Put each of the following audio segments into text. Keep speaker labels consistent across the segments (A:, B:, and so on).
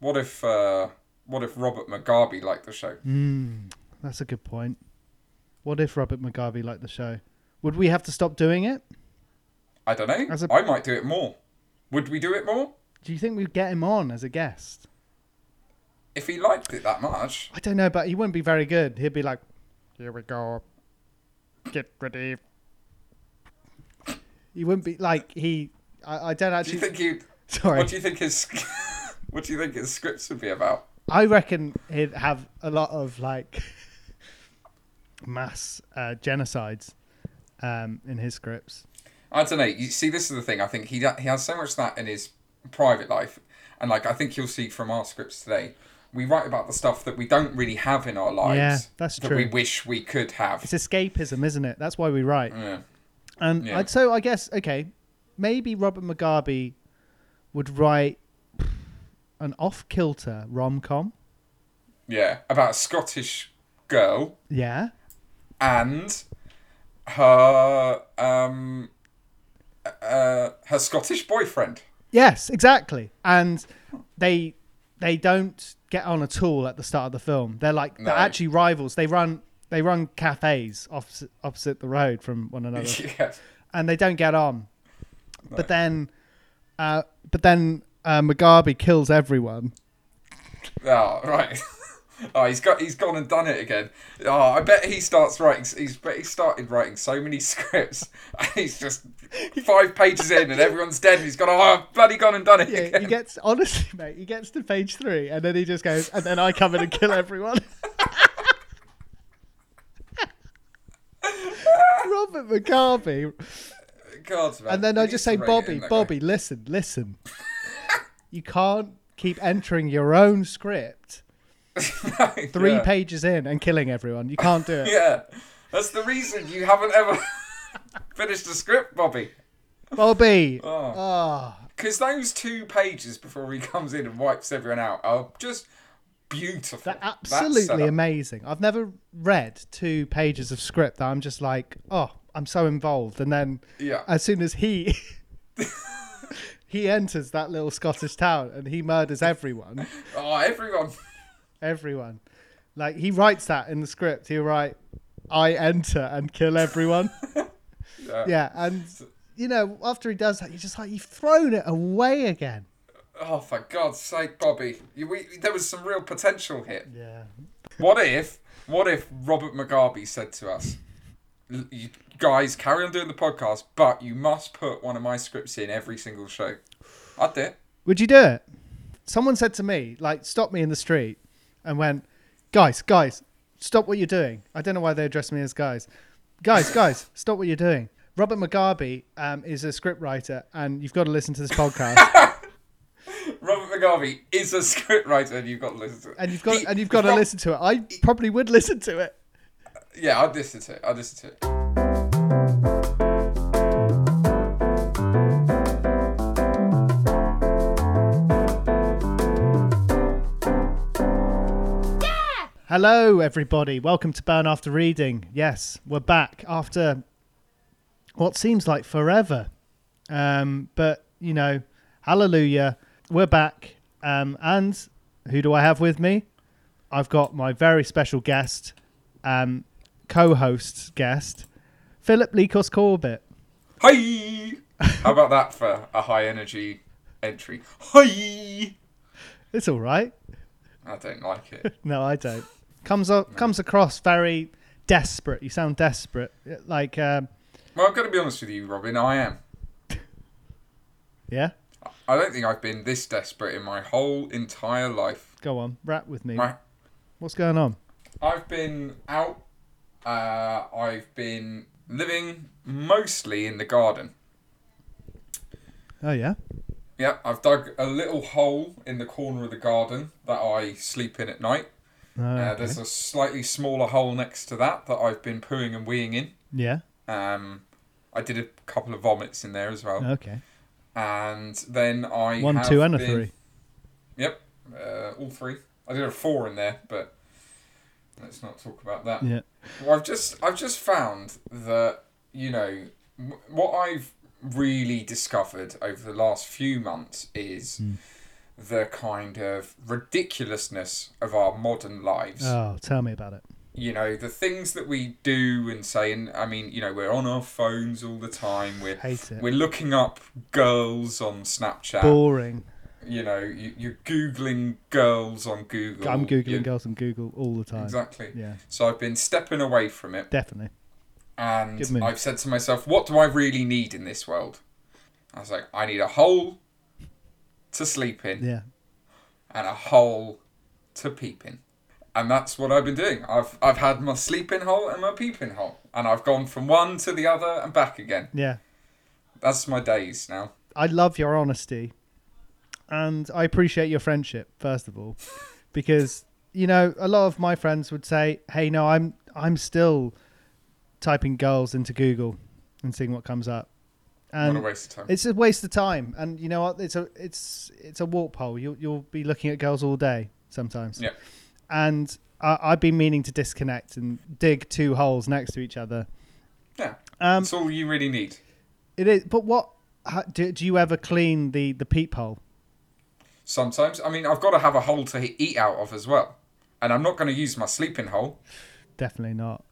A: What if uh, what if Robert Mugabe liked the show?
B: Mm, that's a good point. What if Robert Mugabe liked the show? Would we have to stop doing it?
A: I don't know.
B: As a-
A: I might do it more. Would we do it more
B: Do you think we'd get him on as a guest?
A: if he liked it that much?
B: I don't know, but he wouldn't be very good. He'd be like, "Here we go, get ready." He wouldn't be like he. I, I don't
A: Do you
B: actually.
A: think he?
B: sorry,
A: What do you think his? what do you think his scripts would be about?
B: I reckon he'd have a lot of like mass uh, genocides um, in his scripts.
A: I don't know. You see, this is the thing. I think he he has so much of that in his private life, and like I think you'll see from our scripts today, we write about the stuff that we don't really have in our lives.
B: Yeah, that's
A: that
B: true.
A: We wish we could have.
B: It's escapism, isn't it? That's why we write.
A: Yeah.
B: And
A: Yeah.
B: I'd- so I guess okay, maybe Robert Mugabe would write an off kilter rom com.
A: yeah, about a Scottish girl
B: Yeah.
A: and her um uh her Scottish boyfriend.
B: Yes, exactly. And they they don't get on at all at the start of the film. They're like
A: No.
B: they're actually rivals. They run they run cafes opposite, opposite the road from one another,
A: yeah.
B: and they don't get on. But then, uh, but then uh, Mugabe kills everyone.
A: Oh, right. oh, he's got he's gone and done it again. Oh, I bet he starts writing. He's bet he started writing so many scripts. and he's just five pages in, and everyone's dead. And he's gone. Oh, I've bloody gone and done it
B: Yeah,
A: again.
B: he gets honestly, mate. He gets to page three, and then he just goes, and then I come in and kill everyone. Robert Mugabe
A: God, man.
B: And then
A: You
B: I
A: need
B: just
A: to
B: say,
A: rate it
B: Bobby,
A: in that
B: Bobby,
A: way.
B: listen, listen. you can't keep entering your own script three
A: yeah.
B: pages in and killing everyone. You can't do it.
A: Yeah, that's the reason you haven't ever finished the script, Bobby.
B: Bobby,
A: Oh.
B: oh,
A: Because those two pages before he comes in and wipes everyone out are just beautiful.
B: they're
A: That
B: absolutely
A: setup.
B: amazing. I've never read two pages of script that I'm just like, oh, I'm so involved. And then
A: Yeah.
B: as soon as he. He enters that little Scottish town and he murders everyone.
A: Oh, everyone.
B: everyone. Like he writes that in the script. He'll write, "I enter and kill everyone." yeah. and you know, after he does that, you're just like you've thrown it away again.
A: Oh, for God's sake, Bobby! You, we, there was some real potential here.
B: Yeah,
A: What if, what if Robert Mugabe said to us, "L- you "Guys, carry on doing the podcast, but you must put one of my scripts in every single show." I'd do it.
B: would you do it? Someone said to me, like, stopped me in the street and went, "Guys, guys, stop what you're doing." I don't know why they addressed me as guys. Guys, guys, stop what you're doing. Robert Mugabe um, is a scriptwriter, and you've got to listen to this podcast,
A: Robert Mugabe is a scriptwriter, and you've got to listen to it.
B: and you've got
A: He-
B: and you've got to
A: Rob-
B: listen to it. I probably would listen to it.
A: Yeah, I'd listen to it. I'd listen to it.
B: Hello, everybody. Welcome to Burn After Reading. Yes, we're back after what seems like forever. Um, but, you know, hallelujah, we're back. Um, and who do I have with me? I've got my very special guest, um, co host guest, Philip Lekos Corbett.
A: Hi. How about that for a high energy entry? Hi.
B: It's all right.
A: I don't like it.
B: No, I don't. Comes, up, comes across very desperate. You sound desperate. Like, um,
A: Well, I'm going to be honest with you, Robin. I am.
B: yeah,
A: I don't think I've been this desperate in my whole entire life.
B: go on, rap with me.
A: My,
B: What's going on?
A: I've been out. Uh, I've been living mostly in the garden.
B: Oh yeah.
A: Yep, I've dug a little hole in the corner of the garden that I sleep in at night. Uh,
B: Oh, Okay.
A: there's a slightly smaller hole next to that that I've been pooing and weeing in.
B: yeah.
A: Um, I did a couple of vomits in there as well.
B: Okay.
A: And then I
B: One,
A: have
B: two, and a
A: been-
B: three.
A: Yep, uh, all three. I did a four in there, but let's not talk about that.
B: Yeah.
A: Well, I've just I've just found that you know w-
B: Hmm.
A: what I've really discovered over the last few months is the kind of ridiculousness of our modern lives.
B: Oh, tell me about it.
A: you know, the things that we do and say, and I mean, you know, we're on our phones all the time. We're
B: Hate it.
A: we're looking up girls on Snapchat.
B: Boring.
A: You know, you, you're googling girls on Google.
B: I'm googling
A: You-
B: girls on Google all the time.
A: Exactly.
B: Yeah,
A: So I've been stepping away from it,
B: definitely. Good
A: and
B: move.
A: I've said to myself, "What do I really need in this world?" I was like, "I need a hole to sleep in."
B: Yeah.
A: and a hole to peep in. And that's what I've been doing. I've I've had my sleeping hole and my peeping hole. And I've gone from one to the other and back again.
B: Yeah.
A: That's my days now.
B: I love your honesty and I appreciate your friendship first of all because you know a lot of my friends would say hey no I'm I'm still typing girls into Google and seeing what comes up
A: what a
B: and
A: waste of time.
B: it's a waste of time and you know what it's a it's it's a warp hole you'll you'll be looking at girls all day sometimes
A: Yeah.
B: and I, I've been meaning to disconnect and dig two holes next to each other
A: Yeah.
B: um
A: That's all you really need.
B: it is but what how, do, do you ever clean the the peep hole
A: Sometimes. I mean I've got to have a hole to eat out of as well. And I'm not going to use my sleeping hole.
B: Definitely not.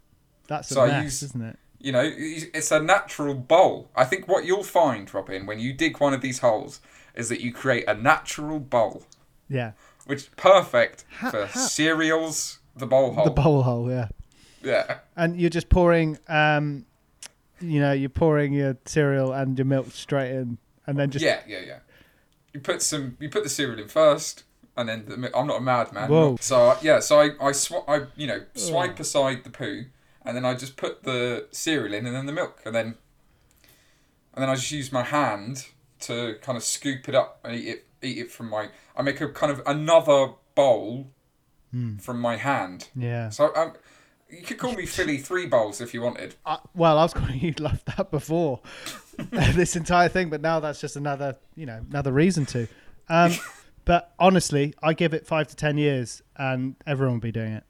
B: That's a
A: So I
B: mess,
A: use-
B: isn't it?
A: You know, it's a natural bowl. I think what you'll find, Robin, when you dig one of these holes, is that you create a natural bowl,
B: Yeah,
A: which is perfect
B: Ha-
A: for
B: ha-
A: cereals, the bowl hole.
B: the bowl hole. Yeah,
A: yeah.
B: and you're just pouring, um, you know, you're pouring your cereal and your milk straight in, and then just
A: Yeah, yeah, yeah. You put some, you put the cereal in first, and then the, mi- I'm not a madman.
B: Whoa.
A: So I, yeah, so I, I, sw- I, you know, swipe aside the poo, and then I just put the cereal in, and then the milk, and then, and then I just use my hand to kind of scoop it up and eat it, eat it from my. I make a kind of another bowl from my hand.
B: Hmm. yeah.
A: So um, you could call me Philly three bowls if you wanted.
B: I, well, I was calling you loved that before this entire thing, but now that's just another, you know, another reason to. Um, but honestly, I give it five to ten years, and everyone will be doing it.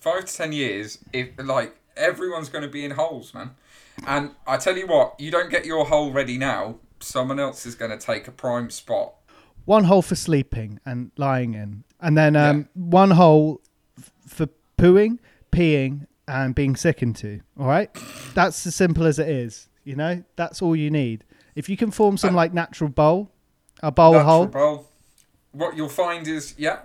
A: five to ten years, if like everyone's going to be in holes, man. And I tell you what, you don't get your hole ready now, someone else is going to take a prime spot.
B: one hole for sleeping and lying in, and then um,
A: Yeah.
B: one hole f- for pooing, peeing, and being sick into. All right, that's as simple as it is. You know, that's all you need. If you can form some like natural bowl, a bowl
A: Uh, Natural
B: hole,
A: bowl. What you'll find is, yeah,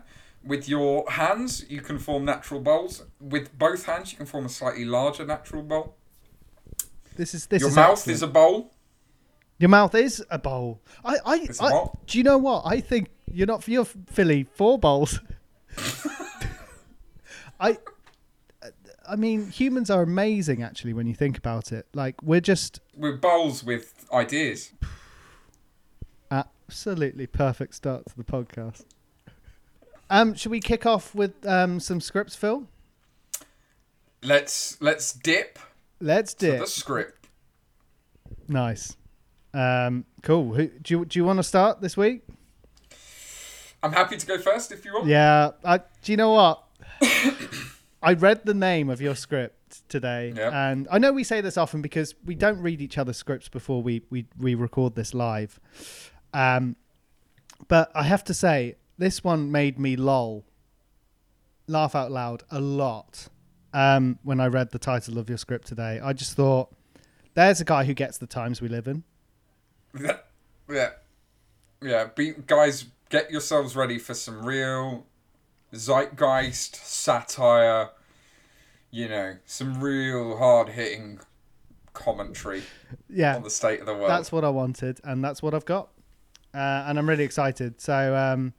A: with your hands you can form natural bowls. With both hands you can form a slightly larger natural bowl.
B: this is this
A: your
B: is
A: mouth
B: excellent.
A: is a bowl.
B: your mouth is a bowl. I I,
A: It's a
B: I
A: bowl.
B: do you know what I think you're not you're Philly four bowls. I I mean humans are amazing actually when you think about it. Like we're just
A: We're bowls with ideas.
B: Absolutely perfect start to the podcast. Um, should we kick off with um, some scripts, Phil?
A: Let's let's dip
B: Let's do
A: to the
B: it.
A: script.
B: Nice. Um, cool. Who, do you do you want to start this week?
A: I'm happy to go first if you want.
B: Yeah. I, do you know what? I read the name of your script today,
A: Yep.
B: and I know we say this often because we don't read each other's scripts before we we, we record this live. Um, but I have to say, this one made me lol, laugh out loud a lot um, when I read the title of your script today. I just thought, there's a guy who gets the times we live in.
A: Yeah, yeah, yeah. Be, guys, get yourselves ready for some real zeitgeist satire. You know, some real hard-hitting commentary
B: Yeah.
A: on the state of the world.
B: that's what I wanted, and that's what I've got, uh, and I'm really excited. So, um,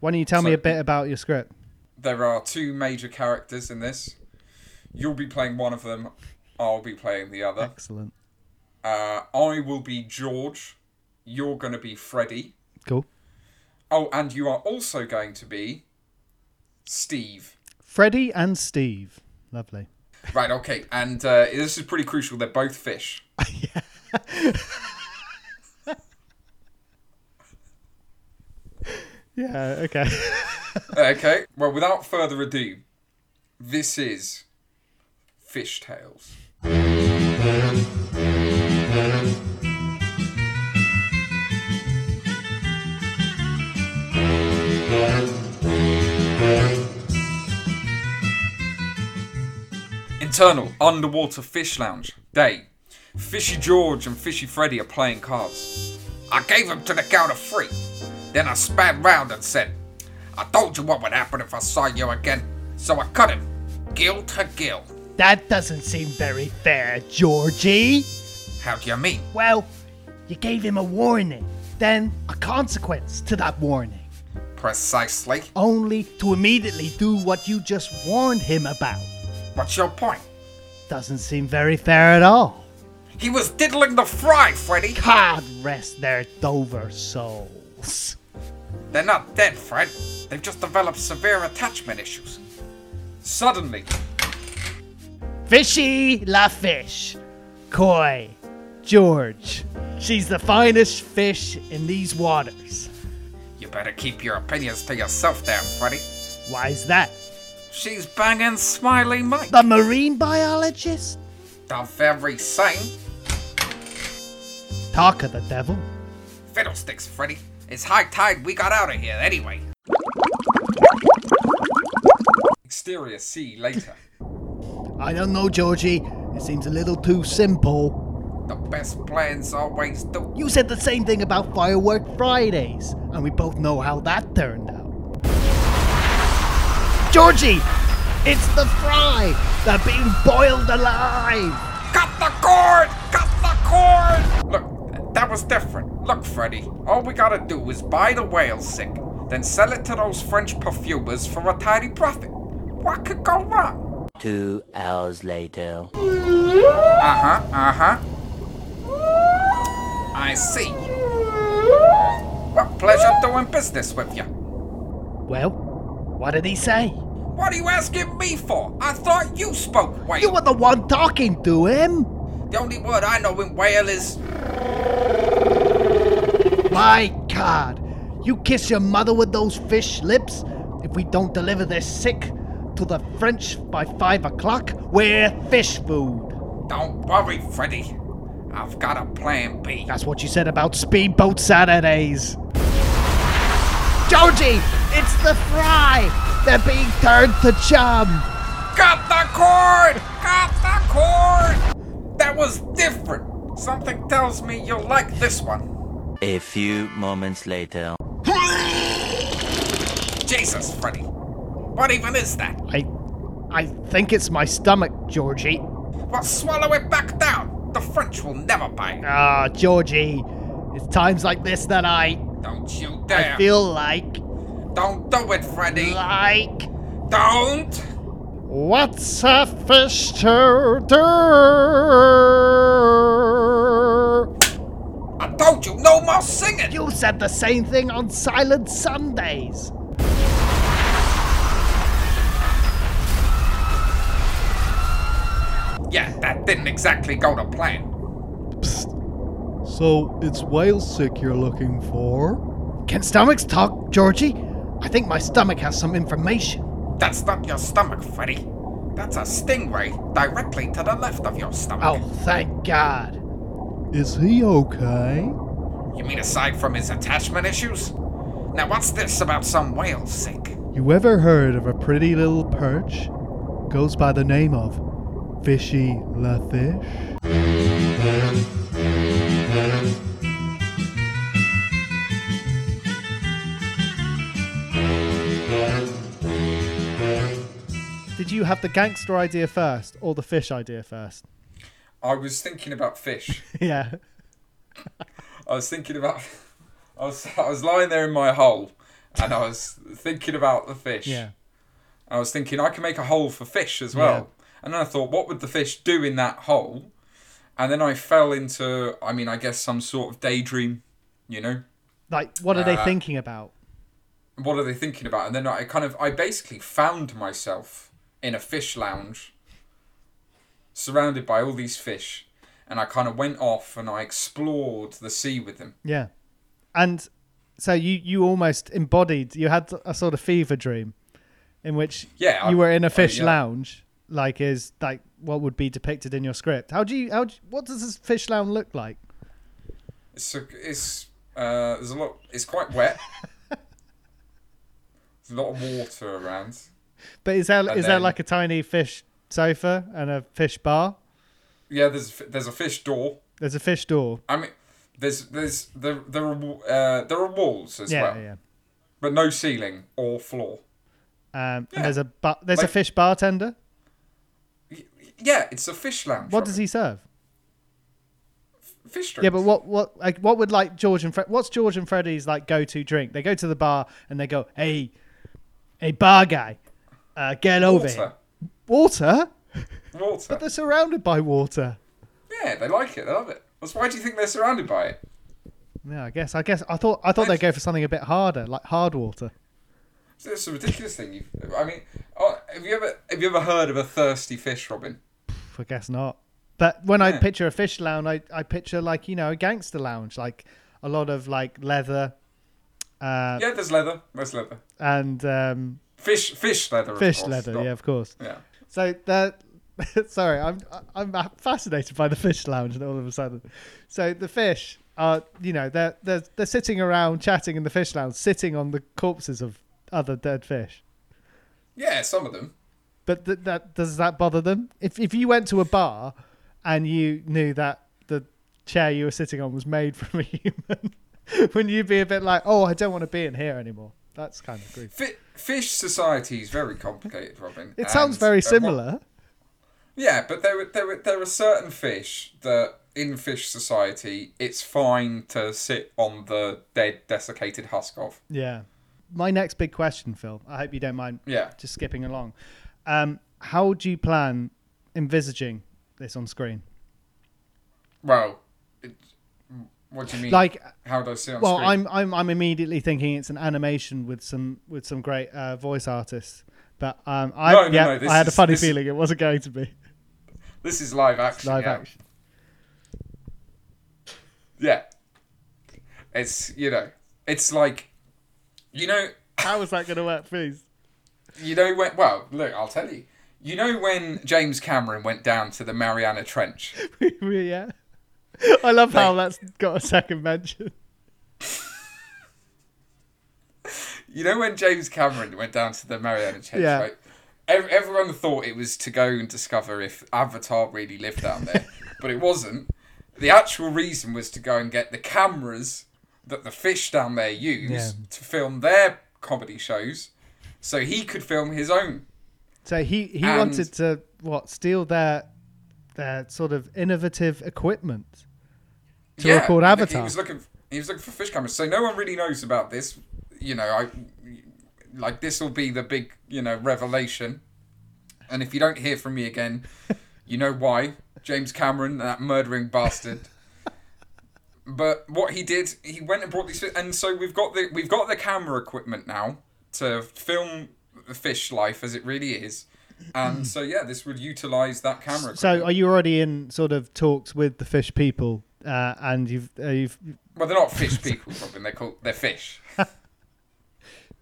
B: why don't you tell me
A: So-
B: a bit about your script?
A: There are two major characters in this. You'll be playing one of them. I'll be playing the other.
B: Excellent,
A: Uh, I will be George. You're going to be Freddy.
B: cool.
A: Oh, and you are also going to be Steve.
B: Freddie and Steve, lovely.
A: Right, okay. And uh, this is pretty crucial. They're both fish.
B: Yeah, okay.
A: okay. Well, without further ado, this is Fish Tales. Internal underwater fish lounge. Day. Fishy George and Fishy Freddy are playing cards. I gave him to the count of three. Then I span round and said, I told you what would happen if I saw you again. So I cut him. Gill to gill.
B: That doesn't seem very fair, Georgie.
A: How do you mean?
B: Well, you gave him a warning, then a consequence to that warning,
A: Precisely.
B: only to immediately do what you just warned him about.
A: What's your point?
B: Doesn't seem very fair at all.
A: He was diddling the fry, Freddy.
B: God rest their Dover souls.
A: They're not dead, Fred. They've just developed severe attachment issues. Suddenly,
B: Fishy La Fish. Koi. George. She's the finest fish in these waters.
A: you better keep your opinions to yourself there, Freddy.
B: Why's that?
A: She's banging Smiley Mike.
B: The marine biologist?
A: The very same.
B: Talk of the devil.
A: Fiddlesticks, Freddy. It's high tide we got out of here anyway. Exterior sea later.
B: I don't know, Georgie. It seems a little too simple.
A: the best plans always do.
B: You said the same thing about Firework Fridays, and we both know how that turned out. Georgie! It's the fry! They're being boiled alive!
A: Cut the cord! Cut the cord! Look, that was different. Look, Freddy, all we gotta do is buy the whale sick, then sell it to those French perfumers for a tidy profit. What could go wrong?
C: Two hours later.
A: Uh huh, uh huh. I see. What pleasure doing business with you.
B: Well, what did he say?
A: What are you asking me for? I thought you spoke whale.
B: You were the one talking to him.
A: The only word I know in whale is
B: My God, you kiss your mother with those fish lips. If we don't deliver this sick to the French by five o'clock, we're fish food.
A: Don't worry, Freddy. I've got a plan B.
B: That's what you said about speedboat Saturdays. Georgie, it's the fry. They're being turned to chum.
A: Cut the cord! Cut the cord! That was different. Something tells me you'll like this one.
C: A few moments later.
A: Jesus, Freddy. What even is that?
B: I, I think it's my stomach, Georgie.
A: Well, swallow it back down. The French will never buy it.
B: Ah, Georgie, it's times like this that I,
A: Don't you
B: I
A: dare.
B: feel like,
A: Don't do it, Freddy.
B: like.
A: Don't.
B: What's a fish to do?
A: I told you, no more singing.
B: You said the same thing on Silent Sundays.
A: Yeah, that didn't exactly go to plan.
B: So it's whale sick you're looking for? Can stomachs talk, Georgie? I think my stomach has some information.
A: That's not your stomach, Freddy. That's a stingray directly to the left of your
B: Oh,
A: stomach.
B: thank God.
D: Is he okay?
A: You mean aside from his attachment issues? Now, what's this about some whale sick?
D: You ever heard of a pretty little perch? Goes by the name of Fishy La Fish?
B: Did you have the gangster idea first or the fish idea first?
A: I was thinking about fish.
B: yeah.
A: I was thinking about. I was, I was lying there in my hole and I was thinking about the fish.
B: Yeah.
A: I was thinking I can make a hole for fish as well. And then I thought, what would the fish do in that hole? And then I fell into, I mean, I guess some sort of daydream, you know?
B: Like, what are they thinking about?
A: what are they thinking about? And then I kind of, I basically found myself in a fish lounge, surrounded by all these fish, and I kind of went off and I explored the sea with them.
B: Yeah. And so you you almost embodied you had a sort of fever dream in which
A: Yeah, I-
B: you were in
A: I-
B: a fish
A: yeah.
B: lounge like is like what would be depicted in your script. How do you how do you- what does this fish lounge look like?
A: It's a, it's uh, there's a lot. It's quite wet. there's a lot of water around.
B: But is there is
A: And
B: there
A: then-
B: like a tiny fish sofa and a fish bar.
E: Yeah, there's there's a fish door.
B: There's a fish door.
E: I mean, there's there's there there are wa- uh, there are walls as
B: Yeah,
E: well,
B: yeah.
E: but no ceiling or floor.
B: Um,
E: Yeah.
B: And there's a bu- there's a
E: Like-
B: fish bartender.
E: Y- Yeah, it's a fish lounge.
B: What
E: right?
B: does he serve?
E: Fish drinks.
B: Yeah, but what what like what would like George and Fred? What's George and Freddie's like go to drink? They go to the bar and they go, "Hey, hey, bar guy, uh, get over
E: water,
B: here." Water?
E: water.
B: But they're surrounded by water.
E: Yeah, they like it. They love it. That's why do you think they're surrounded by it?
B: Yeah, I guess. I guess. I thought. I thought they'd go for something a bit harder, like hard water.
E: It's a ridiculous thing. You, I mean, oh, have you ever have you ever heard of a thirsty fish, Robin?
B: Pff, I guess not. But when I
E: Yeah.
B: picture a fish lounge, I, I picture like you know a gangster lounge, like a lot of like leather, uh,
E: Yeah, there's leather. There's leather.
B: and um,
E: Fish, fish leather. of
B: fish
E: course,
B: leather.
E: not-
B: Yeah, of course.
E: yeah.
B: So that sorry, I'm I'm fascinated by the fish lounge, and all of a sudden, so the fish are you know they're they're they're sitting around chatting in the fish lounge, sitting on the corpses of other dead fish.
E: Yeah, some of them.
B: But th- that does that bother them? If if you went to a bar and you knew that the chair you were sitting on was made from a human, wouldn't you be a bit like, oh, I don't want to be in here anymore? That's kind of creepy.
E: Fi- fish society is very complicated, Robin.
B: It sounds
E: and,
B: very
E: uh, what-
B: similar.
E: yeah, but there, are- there, are- there are certain fish that in fish society it's fine to sit on the dead, desiccated husk of.
B: Yeah. My next big question, Phil. I hope you don't mind
E: Yeah.
B: just skipping along. Um, how do you plan envisaging this on screen?
E: Well, it, what do you mean?
B: Like,
E: how do I sit on
B: well,
E: screen?
B: I'm, I'm I'm immediately thinking it's an animation with some with some great uh, voice artists. But um, I
E: No, no,
B: yeah,
E: no, this
B: I had a
E: is-
B: funny
E: this-
B: feeling it wasn't going to be
E: This is live action.
B: live
E: yeah.
B: action.
E: Yeah. It's you know, it's like, you know,
B: How is that going to work, please?
E: you know when. Well, look, I'll tell you. You know when James Cameron went down to the Mariana Trench.
B: yeah, I love how that's got a second mention.
E: You know when James Cameron went down to the Mariana Trench,
B: Yeah.
E: right? Ev- Everyone thought it was to go and discover if Avatar really lived down there, but it wasn't. The actual reason was to go and get the cameras that the fish down there use
B: Yeah.
E: to film their comedy shows, so he could film his own.
B: So he he
E: And-
B: wanted to what steal their their sort of innovative equipment. to record
E: he-
B: Avatar.
E: He was looking. He was looking for fish cameras, so no one really knows about this. You know, I like this will be the big you know revelation, and if you don't hear from me again, you know why. James Cameron, that murdering bastard. but what he did, he went and brought these, fi- and so we've got the we've got the camera equipment now to film the fish life as it really is. And so yeah, this would utilize that camera.
B: Hmm. So
E: equipment.
B: are you already in sort of talks with the fish people, uh, and you've uh, you've
E: well, they're not fish people, Robin. They're called they're fish.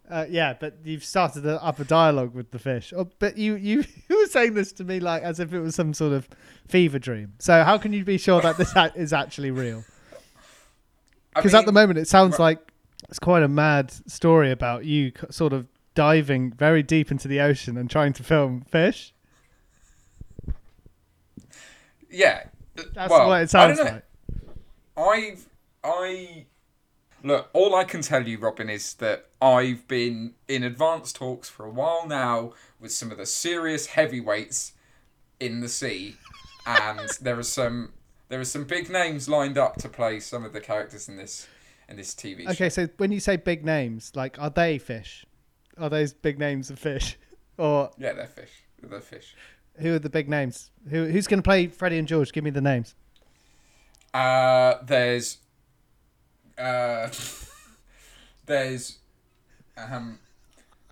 B: uh, yeah, but you've started a, up a dialogue with the fish. Oh, but you you you were saying this to me like as if it was some sort of fever dream. So how can you be sure that this act is actually real?
E: I
B: Because at the
E: mean-
B: moment it sounds like it's quite a mad story about you c- sort of diving very deep into the ocean and trying to film fish.
E: Yeah.
B: That's
E: well,
B: what it
E: I
B: sounds
E: don't know.
B: like.
E: I've I look, all I can tell you, Robin, is that I've been in advanced talks for a while now with some of the serious heavyweights in the sea. And there are some there are some big names lined up to play some of the characters in this in this TV show.
B: Okay, so when you say big names, like are they fish? Are those big names of fish, or
E: Yeah, they're fish. They're fish.
B: Who are the big names? Who who's going to play Freddie and George? Give me the names.
E: Uh, there's uh, there's um,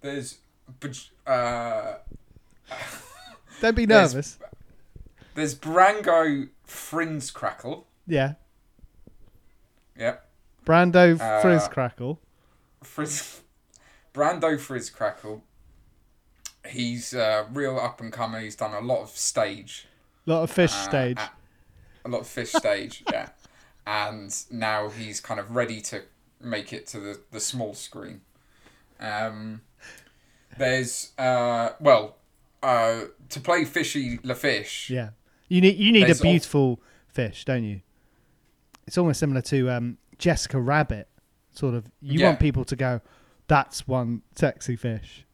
E: there's Baj- uh,
B: Don't be
E: There's-
B: nervous.
E: there's Brango Frinscrackle.
B: Yeah,
E: Yep,
B: Brando
E: Uh,
B: Frizzcrackle.
E: Frizz Brando Frizzcrackle. He's uh, real up and coming. He's done a lot of stage,
B: Lot of fish
E: uh,
B: stage.
E: a- a lot of fish stage, yeah. And now he's kind of ready to make it to the, the small screen. Um, there's uh, well, uh, to play Fishy LaFish.
B: Yeah, you need you need
E: There's
B: a
E: al-
B: beautiful fish, don't you? It's almost similar to um, Jessica Rabbit, sort of. You
E: Yeah.
B: want people to go, "That's one sexy fish."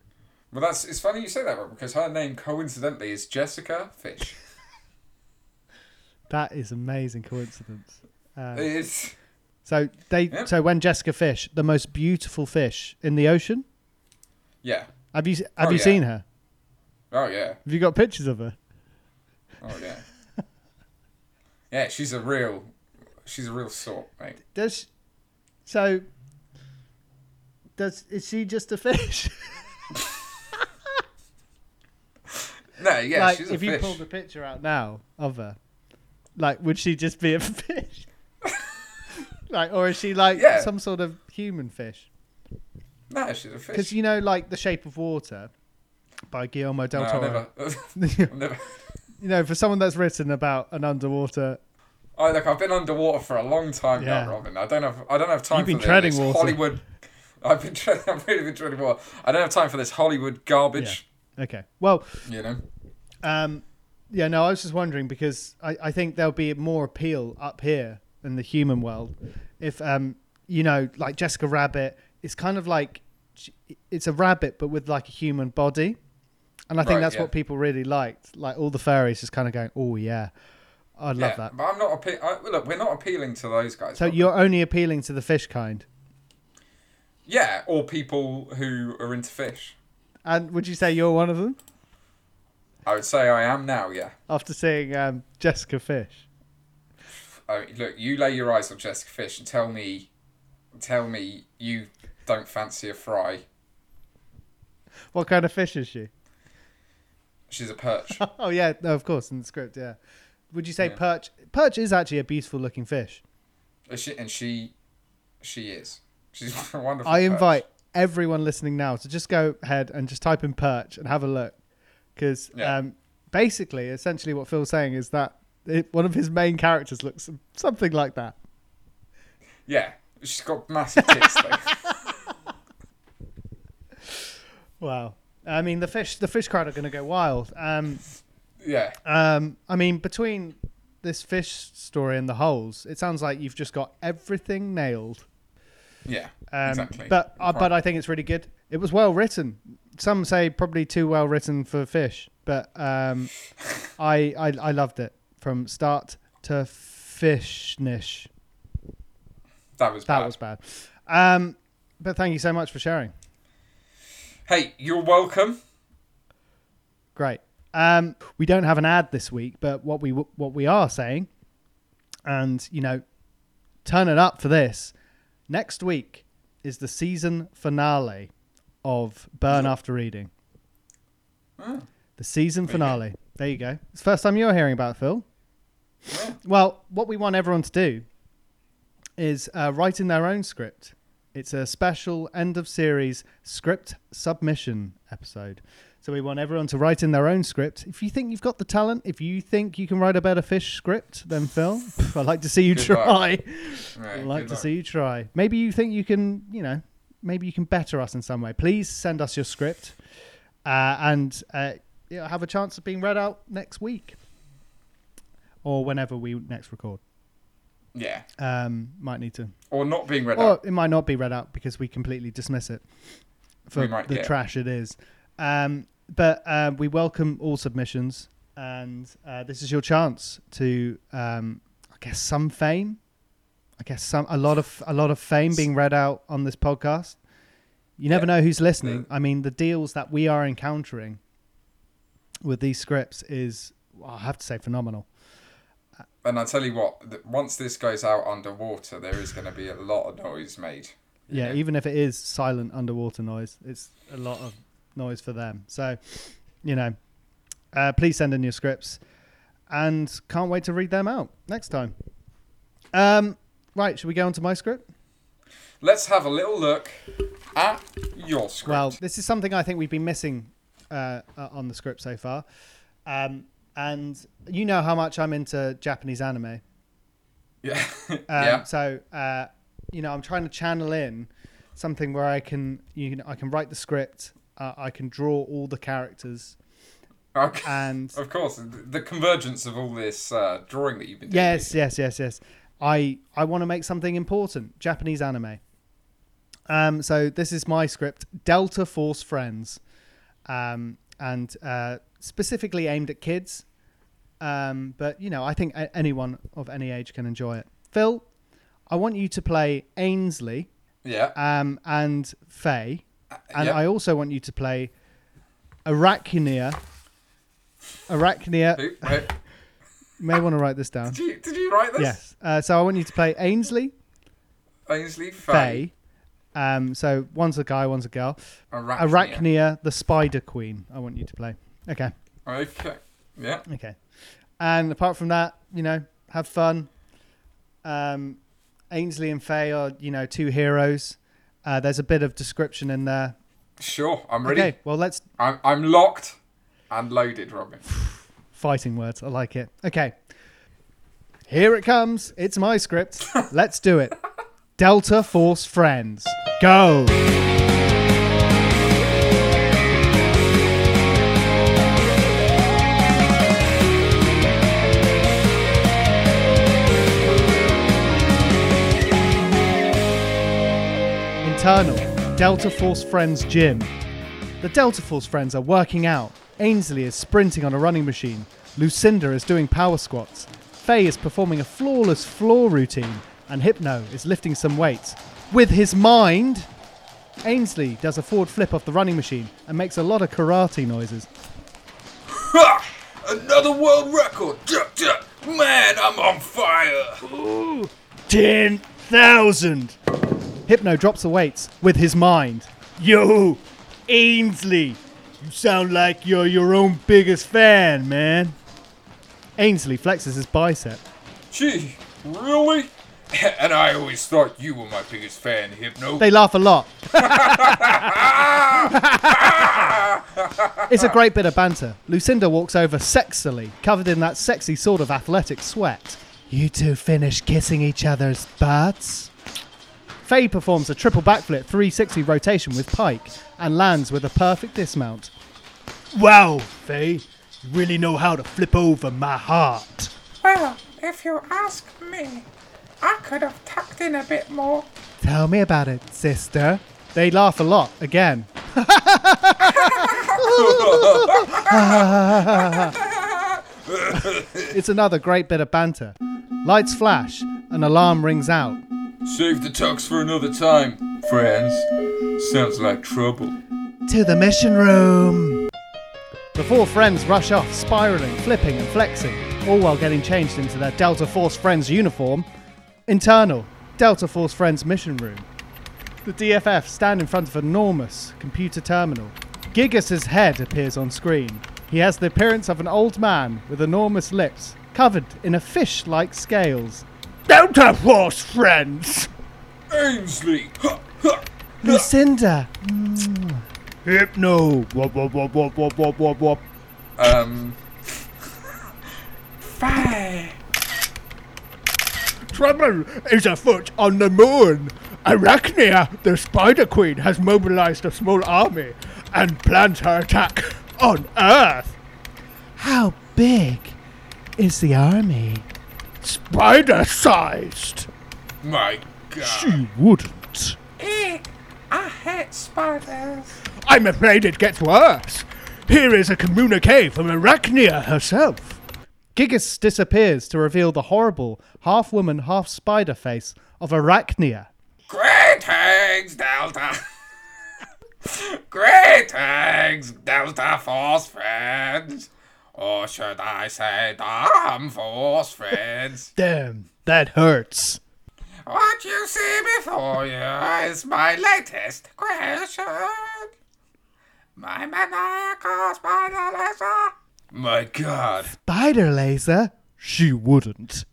E: Well, that's it's funny you say that, Rob, because her name coincidentally is Jessica Fish.
B: That is amazing coincidence. Um,
E: It's
B: so they
E: Yep.
B: so when Jessica Fish, the most beautiful fish in the ocean,
E: yeah.
B: have you have
E: Oh,
B: you
E: yeah.
B: seen her?
E: Oh yeah.
B: Have you got pictures of her?
E: Oh yeah. yeah, she's a real, she's a real sort, mate.
B: Does so? Does is she just a fish?
E: No, yeah,
B: like
E: she's a
B: if you
E: fish.
B: pulled a picture out now of her, like would she just be a fish? like, or is she like
E: Yeah.
B: some sort of human fish?
E: No, she's a fish.
B: Because you know, like The Shape of Water by Guillermo
E: No,
B: del
E: I
B: Toro.
E: never, I've never.
B: you know, for someone that's written about an underwater,
E: Oh look, I've been underwater for a long time
B: Yeah.
E: now, Robin. I don't have, I don't have time.
B: You've been
E: for
B: treading
E: this
B: water.
E: Hollywood. I've been treading. I've really been treading water. I don't have time for this Hollywood garbage.
B: okay, well,
E: You know.
B: um, yeah, no, I was just wondering because I, I think there'll be more appeal up here in the human world if um, you know, like Jessica Rabbit, it's kind of like she- it's a rabbit but with like a human body. And I think
E: Right,
B: that's
E: yeah.
B: what people really liked. Like all the furries just kind of going, "Oh yeah, I love
E: yeah,
B: that."
E: But I'm not appeal. Look, we're not appealing to those guys.
B: So
E: Robin.
B: you're only appealing to the fish kind.
E: Yeah, or people who are into fish.
B: And would you say you're one of them
E: I would say I am now. Yeah.
B: after seeing um, Jessica Fish?
E: I mean, look, you lay your eyes on Jessica Fish and tell me, tell me you don't fancy a fry.
B: What kind of fish is she?
E: She's a perch.
B: Oh yeah, no, of course in the script, yeah. Would you say
E: Yeah.
B: perch? Perch is actually a beautiful looking fish.
E: Is she- and she, she is. She's a wonderful.
B: I
E: perch.
B: invite everyone listening now to just go ahead and just type in perch and have a look, because
E: Yeah.
B: um, basically, essentially, what Phil's saying is that it, one of his main characters looks something like that.
E: Yeah, she's got massive tits. though.
B: Wow. I mean, the fish, the fish crowd are going to go wild. Um,
E: Yeah,
B: um, I mean, between this fish story and the holes, it sounds like you've just got everything nailed.
E: yeah,
B: Um,
E: exactly.
B: But uh,
E: Right.
B: but I think it's really good. It was well written. Some say probably too well written for fish, but um, I, I I loved it from start to fishnish.
E: that was
B: That
E: bad.
B: was bad. Um, but thank you so much for sharing.
E: Hey, you're welcome.
B: Great. Um, we don't have an ad this week, but what we what we are saying, and you know, turn it up for this. Next week is the season finale of Burn After Reading.
E: Oh.
B: The season
E: There you go.
B: finale. There you go. It's the first time you're hearing about it, Phil.
E: Yeah.
B: Well, what we want everyone to do is uh, write in their own script. It's a special end of series script submission episode. So we want everyone to write in their own script. If you think you've got the talent, if you think you can write a better fish script than Phil, I'd like to see you
E: Good
B: try.
E: luck. Yeah,
B: I'd like
E: good
B: to
E: luck.
B: see you try. Maybe you think you can, you know, maybe you can better us in some way. Please send us your script uh, and uh, you'll have a chance of being read out next week or whenever we next record.
E: Yeah,
B: Um, might need to,
E: or not being read
B: or
E: out.
B: it might not be read out because we completely dismiss it for
E: We might,
B: the
E: yeah.
B: trash it is. Um, but uh, we welcome all submissions, and uh, this is your chance to, um, I guess, some fame. I guess some a lot of a lot of fame being read out on this podcast. You never know who's
E: Mm.
B: listening. I mean, the deals that we are encountering with these scripts is, I have to say, phenomenal.
E: And I tell you what, th- once this goes out underwater, there is going to be a lot of noise made.
B: yeah,
E: Yeah.
B: even if it is silent underwater noise, it's a lot of noise for them. So, you know, uh, please send in your scripts, and can't wait to read them out next time. Um, right, should we go on to my script?
E: Let's have a little look at your script.
B: Well, this is something I think we've been missing uh, uh, on the script so far, um, and you know how much I'm into Japanese anime.
E: yeah,
B: Um,
E: yeah,
B: So uh, you know, I'm trying to channel in something where I can you know I can write the script, uh, I can draw all the characters,
E: Okay.
B: and
E: Of course, th- the convergence of all this uh, drawing that you've been doing.
B: yes, yes, yes, yes. I I want to make something important. Japanese anime. Um, so this is my script, Delta Force Friends, um, and uh, specifically aimed at kids. Um, but you know, I think a- anyone of any age can enjoy it. Phil, I want you to play Ainsley
E: Yeah.
B: um, and Faye, and
E: Uh, yep.
B: I also want you to play Arachnia. Arachnia,
E: Who- who-
B: you may want to write this down.
E: did, you, did you write this?
B: Yes. Uh, so I want you to play Ainsley,
E: Ainsley Faye.
B: Faye. Um, so one's a guy, one's a girl.
E: Arachnia.
B: Arachnia, the Spider Queen. I want you to play. Okay.
E: Okay. Yeah.
B: Okay. And apart from that, you know, have fun. Um, Ainsley and Faye are, you know, two heroes. Uh, there's a bit of description in there.
E: Sure. I'm ready.
B: Okay. Well, let's
E: I'm, I'm locked and loaded, Robin.
B: fighting words. I like it. Okay. Here it comes. It's my script. Let's do it. Delta Force Friends. Go. Internal Delta Force Friends Gym. The Delta Force friends are working out. Ainsley is sprinting on a running machine. Lucinda is doing power squats. Faye is performing a flawless floor routine. And Hypno is lifting some weights. With his mind, Ainsley does a forward flip off the running machine and makes a lot of karate noises.
E: Ha! Another world record! Juh, juh. Man, I'm on fire!
B: 10,000! Hypno drops the weights with his mind. Yo, Ainsley, you sound like you're your own biggest fan, man. Ainsley flexes his bicep.
E: Gee, really? And I always thought you were my biggest fan, Hypno.
B: They laugh a lot. it's a great bit of banter. Lucinda walks over sexily, covered in that sexy sort of athletic sweat. You two finish kissing each other's butts. Faye performs a triple backflip 360 rotation with Pike and lands with a perfect dismount. Wow, Faye, you really know how to flip over my heart.
A: Well, if you ask me, I could have tucked in a bit more.
B: Tell me about it, sister. They laugh a lot again. it's another great bit of banter. Lights flash, an alarm rings out.
E: Save the tux for another time, friends. Sounds like trouble.
B: To the mission room! The four friends rush off, spiraling, flipping, and flexing, all while getting changed into their Delta Force Friends uniform. Internal Delta Force Friends mission room. The DFF stand in front of an enormous computer terminal. Gigas's head appears on screen. He has the appearance of an old man with enormous lips, covered in a fish like scales. Delta Force Friends!
E: Ainsley! Ha, ha.
B: Lucinda!
D: Hypno. Wop, wop, wop, wop, wop, wop, wop, wop.
E: Um,
A: Fine.
D: Trouble is afoot on the moon. Arachnia, the Spider Queen, has mobilized a small army and plans her attack on Earth.
B: How big is the army?
D: Spider sized.
E: my god.
D: She wouldn't.
A: Eh, I hate spiders.
D: I'm afraid it gets worse. Here is a communique from Arachnia herself.
B: Gigas disappears to reveal the horrible half woman, half spider face of Arachnia.
E: Greetings, Delta! Greetings, Delta Force friends! Or should I say, Dom Force friends?
B: Damn, that hurts.
E: What you see before you is my latest creation.
A: My maniacal spider laser.
E: My god.
B: Spider laser?
D: She wouldn't.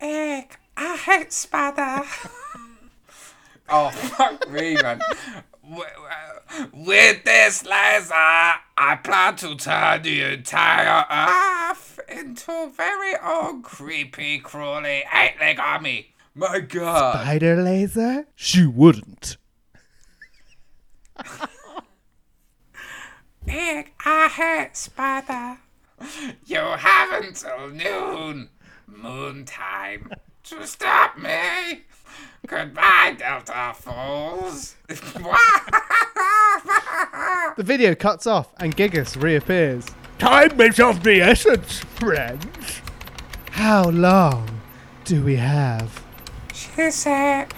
A: Eh, I hate spider.
E: Oh, fuck me, man. Wi- wi- With this laser, I plan to turn the entire earth.
A: Into very old, creepy, crawly, eight-leg army.
E: My god.
B: Spider laser?
D: She wouldn't.
A: Eh, I hurts, Spider.
E: You have until noon, moon time, to stop me. Goodbye, Delta Falls.
B: The video cuts off and Gigas reappears.
D: Time is of the essence, friends.
B: How long do we have?
A: She said.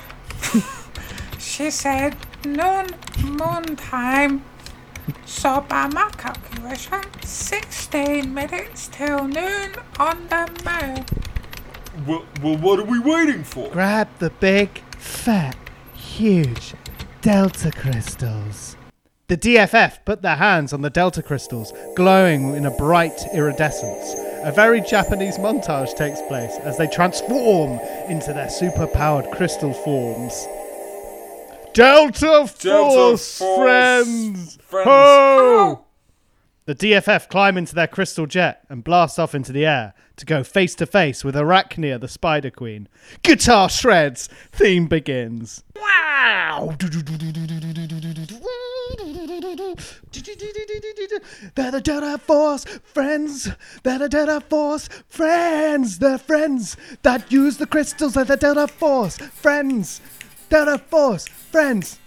A: she said noon moon time. So by my calculation, 16 minutes till noon on the moon.
E: well, well, what are we waiting for?
B: Grab the big, fat, huge Delta crystals. The DFF put their hands on the Delta crystals, glowing in a bright iridescence. A very Japanese montage takes place as they transform into their super powered crystal forms.
D: Delta Force,
E: Force
D: friends.
E: friends.
D: Ho!
B: The DFF climb into their crystal jet and blast off into the air to go face to face with Arachnia, the Spider Queen. Guitar shreds! Theme begins. Wow! They're the Delta Force friends. They're the Delta Force friends. They're friends that use the crystals. They're the Delta Force friends. Delta Force friends.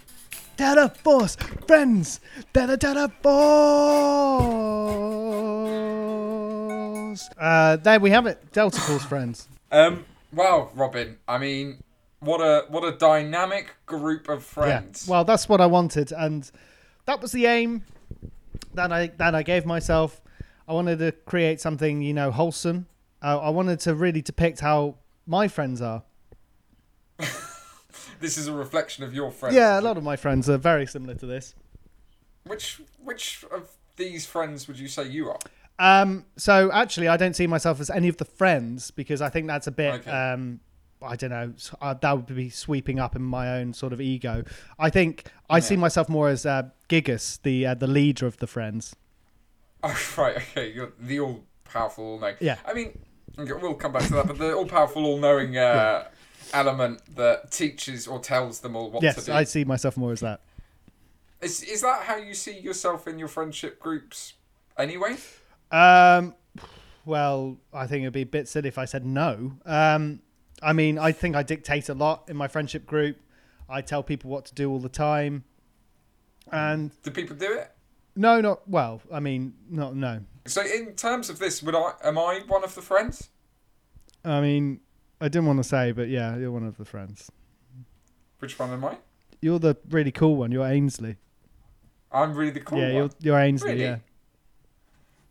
B: Delta Force friends. They're the Delta Force. Uh, there we have it. Delta Force friends.
E: Um, well, Robin, I mean, what a what a dynamic group of
B: Yeah.
E: friends.
B: Well, that's what I wanted, and that was the aim that I that I gave myself. I wanted to create something, you know, wholesome. Uh, I wanted to really depict how my friends are.
E: this is a reflection of your friends.
B: Yeah, a lot of my friends are very similar to this.
E: Which which of these friends would you say you are?
B: Um, so actually, I don't see myself as any of the friends because I think that's a bit.
E: Okay.
B: Um, I don't know. s- uh, that would be sweeping up in my own sort of ego. I think I see myself more as uh, Gigas, the uh, the leader of the friends.
E: Oh, right, okay, you're the all powerful, all knowing.
B: Yeah.
E: I mean, okay, we'll come back to that, but the all powerful, all knowing uh, element that teaches or tells them all what to
B: Yes,
E: do.
B: I see myself more as that.
E: Is, is that how you see yourself in your friendship groups anyway?
B: Um, well, I think it'd be a bit silly if I said no. Um, I mean, I think I dictate a lot in my friendship group. I tell people what to do all the time, and
E: Do people do it?
B: no, not well. I mean, not no.
E: So, in terms of this, would I am I one of the friends?
B: I mean, I didn't want to say, but yeah, you're one of the friends.
E: Which one am I?
B: You're the really cool one. You're Ainsley.
E: I'm really the cool
B: yeah,
E: one.
B: you're you're Ainsley.
E: Really?
B: Yeah.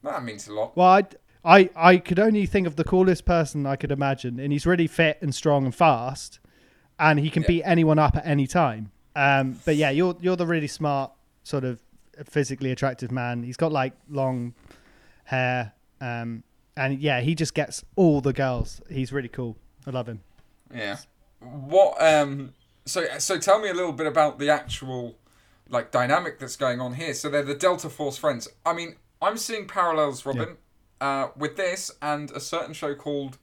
E: That means a lot.
B: Well, I, I I could only think of the coolest person I could imagine, and he's really fit and strong and fast, and he can
E: Yeah.
B: beat anyone up at any time. Um, but yeah, you're you're the really smart, sort of physically attractive man. He's got like long hair, um, and yeah, he just gets all the girls. He's really cool. I love him.
E: Yeah. What um so so tell me a little bit about the actual like dynamic that's going on here. So they're the Delta Force friends. I mean, I'm seeing parallels, Robin, uh, with this and a certain show called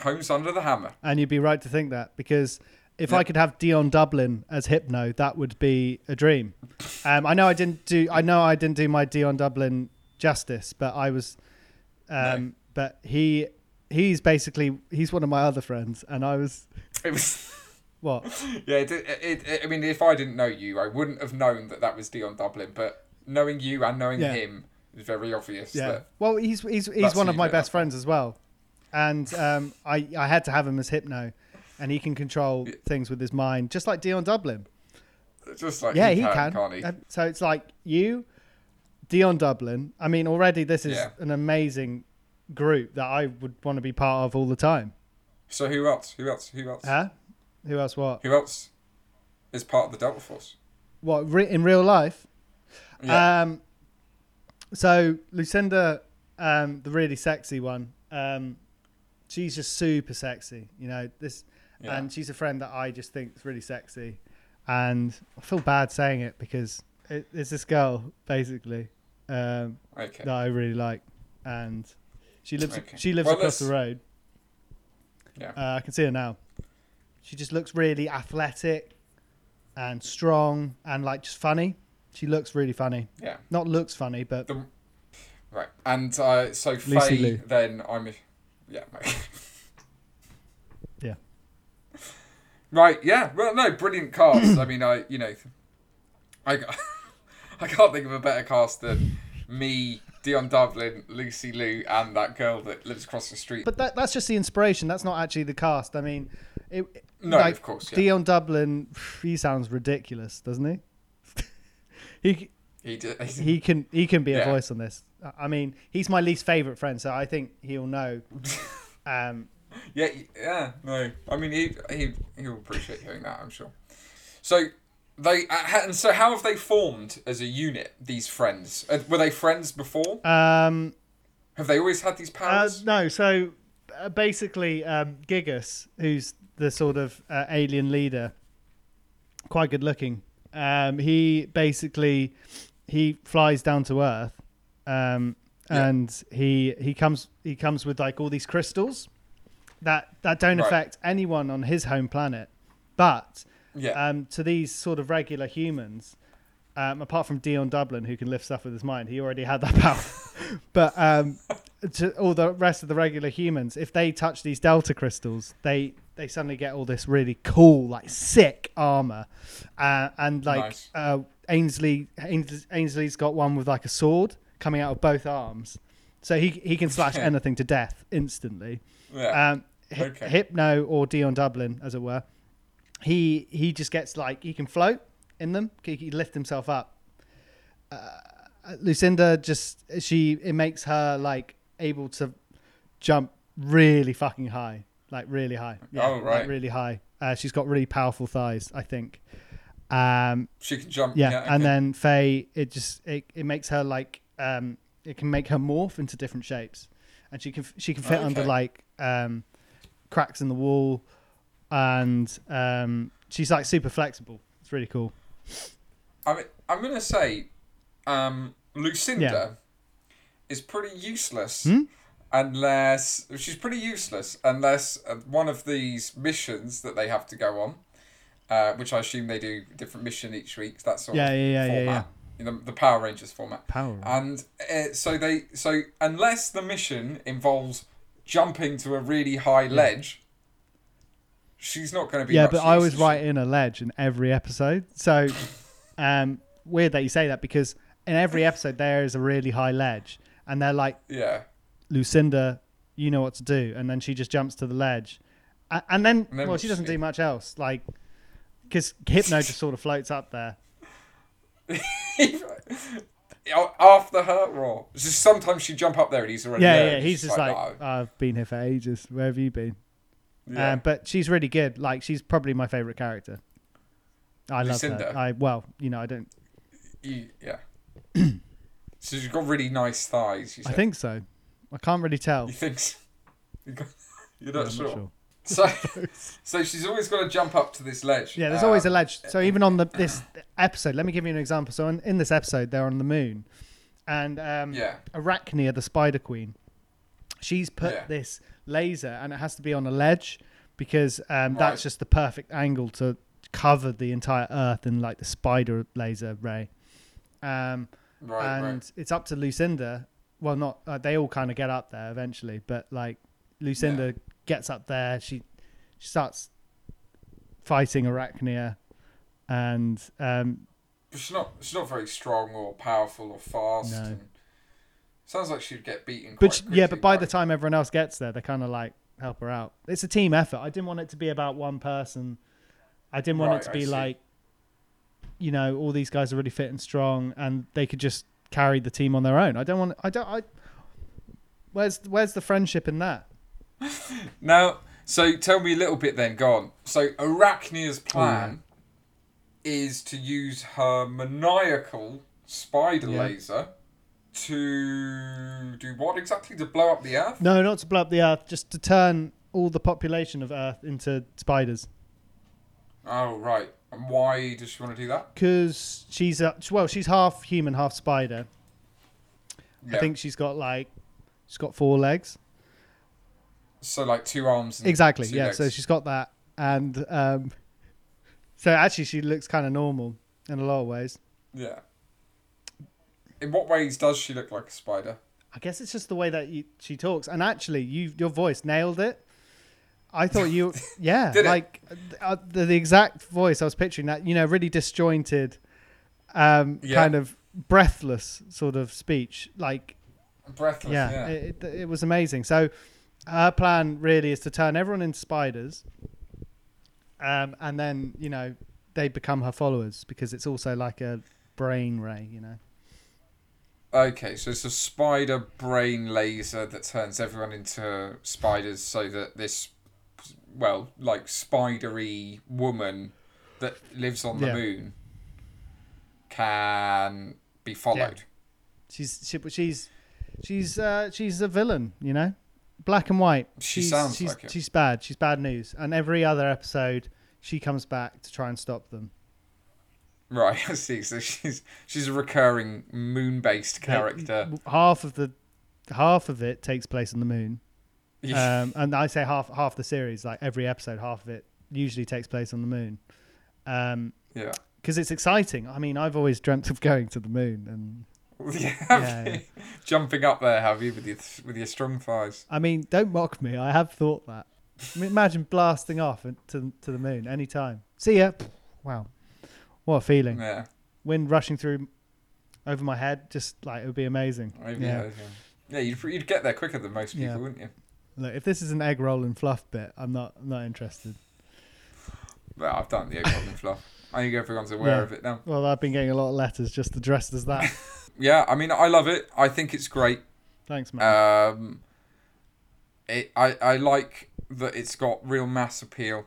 E: Homes Under the Hammer.
B: And you'd be right to think that because if
E: Yeah.
B: I could have Dion Dublin as Hypno, that would be a dream. Um, I know I didn't do I know I didn't do my Dion Dublin justice, but I was um,
E: No.
B: but he he's basically he's one of my other friends and I was
E: It was
B: what?
E: yeah. It, it, it, I mean, if I didn't know you, I wouldn't have known that that was Dion Dublin. But knowing you and knowing
B: Yeah.
E: him is very obvious.
B: Yeah.
E: That,
B: well, he's he's he's
E: that's
B: one of
E: you
B: my
E: that I've
B: best friends as well, and um, I I had to have him as Hypno, and he can control things with his mind, just like Dion Dublin.
E: just like
B: yeah,
E: he,
B: he can.
E: can't he?
B: Uh, So it's like you, Dion Dublin. I mean, already this is
E: Yeah.
B: an amazing group that I would want to be part of all the time.
E: So who else? Who else? Who else?
B: Huh? Who else? What?
E: who else is part of the Delta Force?
B: What re- in real life?
E: Yeah.
B: Um, so Lucinda, um, the really sexy one, um, she's just super sexy. You know this,
E: Yeah.
B: and she's a friend that I just think is really sexy, and I feel bad saying it because it, it's this girl basically. Um,
E: okay.
B: that I really like, and she lives
E: Okay.
B: she lives
E: Well,
B: across
E: let's-
B: the road.
E: Yeah.
B: Uh, I can see her now. She just looks really athletic and strong and like just funny. She looks really funny.
E: Yeah.
B: Not looks funny, but
E: The Right. And uh, so
B: Lucy
E: Faye,
B: Liu.
E: then I'm. Yeah, mate.
B: Yeah.
E: Right, yeah. Well, no, brilliant cast. I mean, I, you know, I, ca- I can't think of a better cast than me, Dion Dublin, Lucy Liu, and that girl that lives across the street.
B: But that, that's just the inspiration. That's not actually the cast. I mean, it,
E: No,
B: like,
E: of course, yeah.
B: Dion Dublin, he sounds ridiculous, doesn't he? he
E: he did. He,
B: he can he can be a
E: Yeah.
B: voice on this. I- I mean, he's my least favorite friend, so I think he'll know. Um,
E: yeah, yeah. No, I mean, he he he'll appreciate hearing that. I'm sure. So they uh, ha- and so how have they formed as a unit? These friends uh, were they friends before?
B: um,
E: have they always had these
B: uh,
E: powers?
B: no, so uh, basically, um, Gigas, who's the sort of uh, alien leader, quite good looking. Um, he basically he flies down to Earth, um,
E: Yeah.
B: and he he comes he comes with like all these crystals that that don't
E: Right.
B: affect anyone on his home planet, but
E: yeah.
B: um, to these sort of regular humans, um, apart from Dion Dublin, who can lift stuff with his mind, he already had that power. but um, to all the rest of the regular humans, if they touch these delta crystals, they they suddenly get all this really cool, like sick armor, uh, and like
E: Nice.
B: uh, Ainsley, Ains- Ainsley's got one with like a sword coming out of both arms, so he he can slash
E: Yeah.
B: anything to death instantly
E: yeah.
B: um, Hy-
E: Okay.
B: Hypno or Dion Dublin, as it were, he he just gets like he can float in them. He can lift himself up. Uh, Lucinda just she it makes her like able to jump really fucking high, like really high.
E: Oh,
B: like,
E: right.
B: really high. Uh, she's got really powerful thighs, I think. Um,
E: she can jump.
B: yeah, and
E: okay.
B: then Faye, it just it, it makes her like um it can make her morph into different shapes, and she can she can fit under
E: Okay.
B: like um cracks in the wall, and um she's like super flexible. It's really cool.
E: I mean, I'm gonna say, um, Lucinda is pretty useless
B: Hmm?
E: unless she's pretty useless unless uh, one of these missions that they have to go on, uh, which I assume they do different mission each week. That sort
B: Yeah,
E: of
B: yeah, yeah, yeah,
E: format. You know, the Power Rangers format.
B: Power Rangers.
E: And uh, so they so unless the mission involves jumping to a really high ledge, she's not going to be.
B: yeah,
E: much
B: but I
E: use,
B: always
E: is she?
B: write in a ledge in every episode. So um weird that you say that because in every episode there is a really high ledge, and they're like
E: Yeah.
B: Lucinda, you know what to do, and then she just jumps to the ledge, A- and then,
E: And then
B: well,
E: what
B: she
E: does
B: doesn't
E: she
B: do much else, like because Hypno just sort of floats up there.
E: after her or it's just sometimes she jump up there and he's already
B: Yeah,
E: there,
B: yeah,
E: and
B: he's just like,
E: "Oh,
B: I've been here for ages. Where have you been?
E: yeah."
B: Uh, but she's really good. Like she's probably my favorite character. I love
E: Lucinda.
B: her. I well, you know, I don't.
E: You- yeah. so she's got really nice thighs you
B: I
E: said.
B: think so. I can't really tell.
E: you think so? You got- you're not,
B: I'm
E: sure. so so she's always got to jump up to this ledge
B: Yeah, there's always a
E: Um,
B: ledge. So even on the this episode, let me give you an example. So in, in this episode, they're on the moon, and um,
E: Yeah.
B: Arachnia, the Spider Queen, she's put
E: Yeah.
B: this laser, and it has to be on a ledge because um,
E: Right.
B: that's just the perfect angle to cover the entire Earth in like the spider laser ray. Um,
E: right,
B: and
E: right.
B: it's up to Lucinda. Well, not uh, they all kind of get up there eventually, but like Lucinda gets up there, she she starts fighting Arachnia, and um,
E: But she's not she's not very strong or powerful or fast
B: No.
E: and sounds like she'd get beaten
B: but
E: quite
B: sh- yeah,
E: quickly
B: but by the time everyone else gets there, they kind of like help her out. It's a team effort. I didn't want it to be about one person. I didn't want
E: Right,
B: it to
E: I
B: be
E: see.
B: like, you know, all these guys are really fit and strong, and they could just carry the team on their own. I don't want. I don't. I. Where's where's the friendship in that?
E: Now, so tell me a little bit then, go on. So Arachnia's
B: Oh,
E: plan is to use her maniacal spider
B: Yeah.
E: laser to do what exactly? To blow up the earth?
B: No, not to blow up the Earth, just to turn all the population of Earth into spiders.
E: Oh right. And why does she want to do that?
B: Because she's a, well, she's half human, half spider.
E: Yeah.
B: I think she's got like, she's got four legs.
E: so like two arms and
B: Exactly.
E: two
B: yeah.
E: legs.
B: So she's got that, and um, so actually she looks kind of normal in a lot of ways.
E: Yeah. In what ways does she look like a spider?
B: I guess it's just the way that you, she talks. And actually, you your voice nailed it. I thought you, yeah,
E: Did it?
B: like uh, the, the exact voice I was picturing. That you know, really disjointed, um,
E: Yeah.
B: kind of breathless sort of speech. Like
E: Breathless.
B: yeah,
E: Yeah.
B: It, it, it was amazing. So her plan really is to turn everyone into spiders, um, and then you know they become her followers because it's also like a brain ray, you know.
E: Okay, so it's a spider brain laser that turns everyone into spiders, so that this, well, like spidery woman that lives on the
B: Yeah.
E: moon can be followed.
B: She's she, she's she's uh, she's a villain, you know, black and white.
E: She
B: she's,
E: sounds
B: she's,
E: like it.
B: She's bad. She's bad news. And every other episode, she comes back to try and stop them.
E: Right, I see. So she's she's a recurring moon-based character.
B: Half of the half of it takes place on the moon,
E: Yeah.
B: um, and I say half half the series, like every episode, half of it usually takes place on the moon. Um
E: yeah.
B: 'cause because it's exciting. I mean, I've always dreamt of going to the moon, and yeah.
E: Jumping up there, have you, with your with your strong thighs?
B: I mean, don't mock me. I have thought that. I mean, imagine blasting off and- to to the moon any time. See ya. Wow, what a feeling!
E: Yeah.
B: Wind rushing through over my head, just like it would be amazing.
E: Maybe,
B: yeah.
E: yeah. Yeah. Yeah, you'd, you'd get there quicker than most people,
B: Yeah.
E: wouldn't you?
B: Look, if this is an egg roll and fluff bit, I'm not I'm not interested.
E: Well, I've done the egg roll and fluff. I think everyone's aware
B: Yeah.
E: of it now.
B: Well, I've been getting a lot of letters just addressed as that.
E: Yeah, I mean, I love it. I think it's great.
B: Thanks, man.
E: Um, it, I, I like that it's got real mass appeal.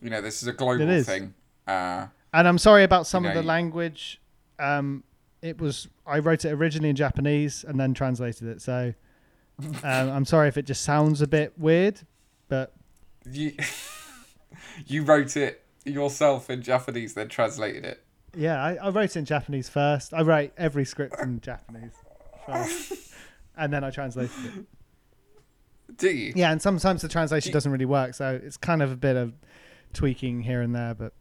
E: You know, this is a global
B: It is.
E: thing. Uh,
B: and I'm sorry about some
E: you
B: of
E: know,
B: the
E: you-
B: language. Um, it was I wrote it originally in Japanese and then translated it, so um, I'm sorry if it just sounds a bit weird, but
E: you, you wrote it yourself in Japanese, then translated it.
B: yeah, I, I wrote it in Japanese first. I write every script in Japanese first, and then I translated it.
E: Do you?
B: Yeah, and sometimes the translation
E: Do-
B: doesn't really work, so it's kind of a bit of tweaking here and there, but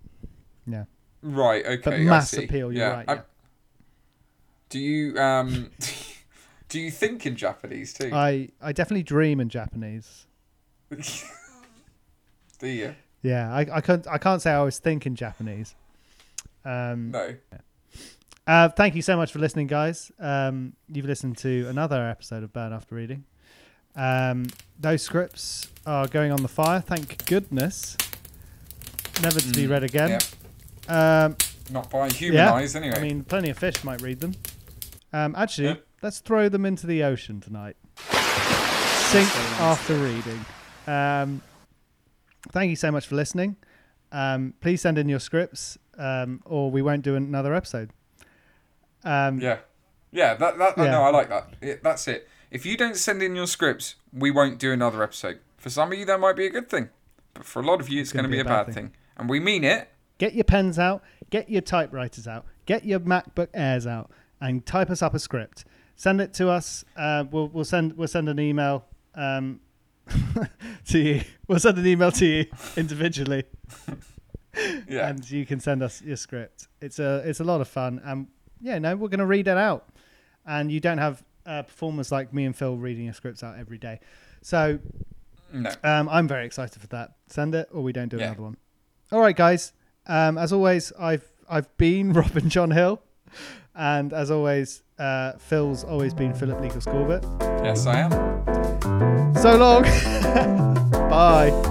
B: yeah.
E: Right. Okay. I
B: mass
E: see.
B: appeal, you're right,
E: I-
B: yeah.
E: do you um, do you think in Japanese too?
B: I, I definitely dream in Japanese.
E: do you?
B: Yeah, I, I can't I can't say I always think in Japanese. Um,
E: No.
B: uh, thank you so much for listening, guys. Um, you've listened to another episode of Burn After Reading. Um, those scripts are going on the fire. Thank goodness. Never to be read again.
E: Mm. Yep.
B: Um,
E: Not by human
B: yeah.
E: eyes, anyway.
B: I mean, plenty of fish might read them. Um, actually,
E: Yeah.
B: let's throw them into the ocean tonight. Sink after reading. Um, thank you so much for listening. Um, please send in your scripts, um, or we won't do another episode. Um,
E: Yeah, yeah. That that
B: Yeah.
E: no, I like that. It, that's it. If you don't send in your scripts, we won't do another episode. For some of you, that might be a good thing, but for a lot of you, it's, going to be, a bad thing. and we mean it.
B: Get your pens out, get your typewriters out, get your MacBook Airs out, and type us up a script. Send it to us. Uh, we'll, we'll send we'll send an email um, to you. We'll send an email to you individually,
E: Yeah,
B: and you can send us your script. It's a it's a lot of fun, and yeah, no, we're going to read it out. And you don't have uh, performers like me and Phil reading your scripts out every day, so
E: no.
B: um, I'm very excited for that. Send it, or we don't do
E: Yeah.
B: another one. All right, guys. Um, as always, I've I've been Robin John Hill, and as always, uh, Phil's always been Philip Nicholas Corbett.
E: Yes, I am.
B: So long. Bye.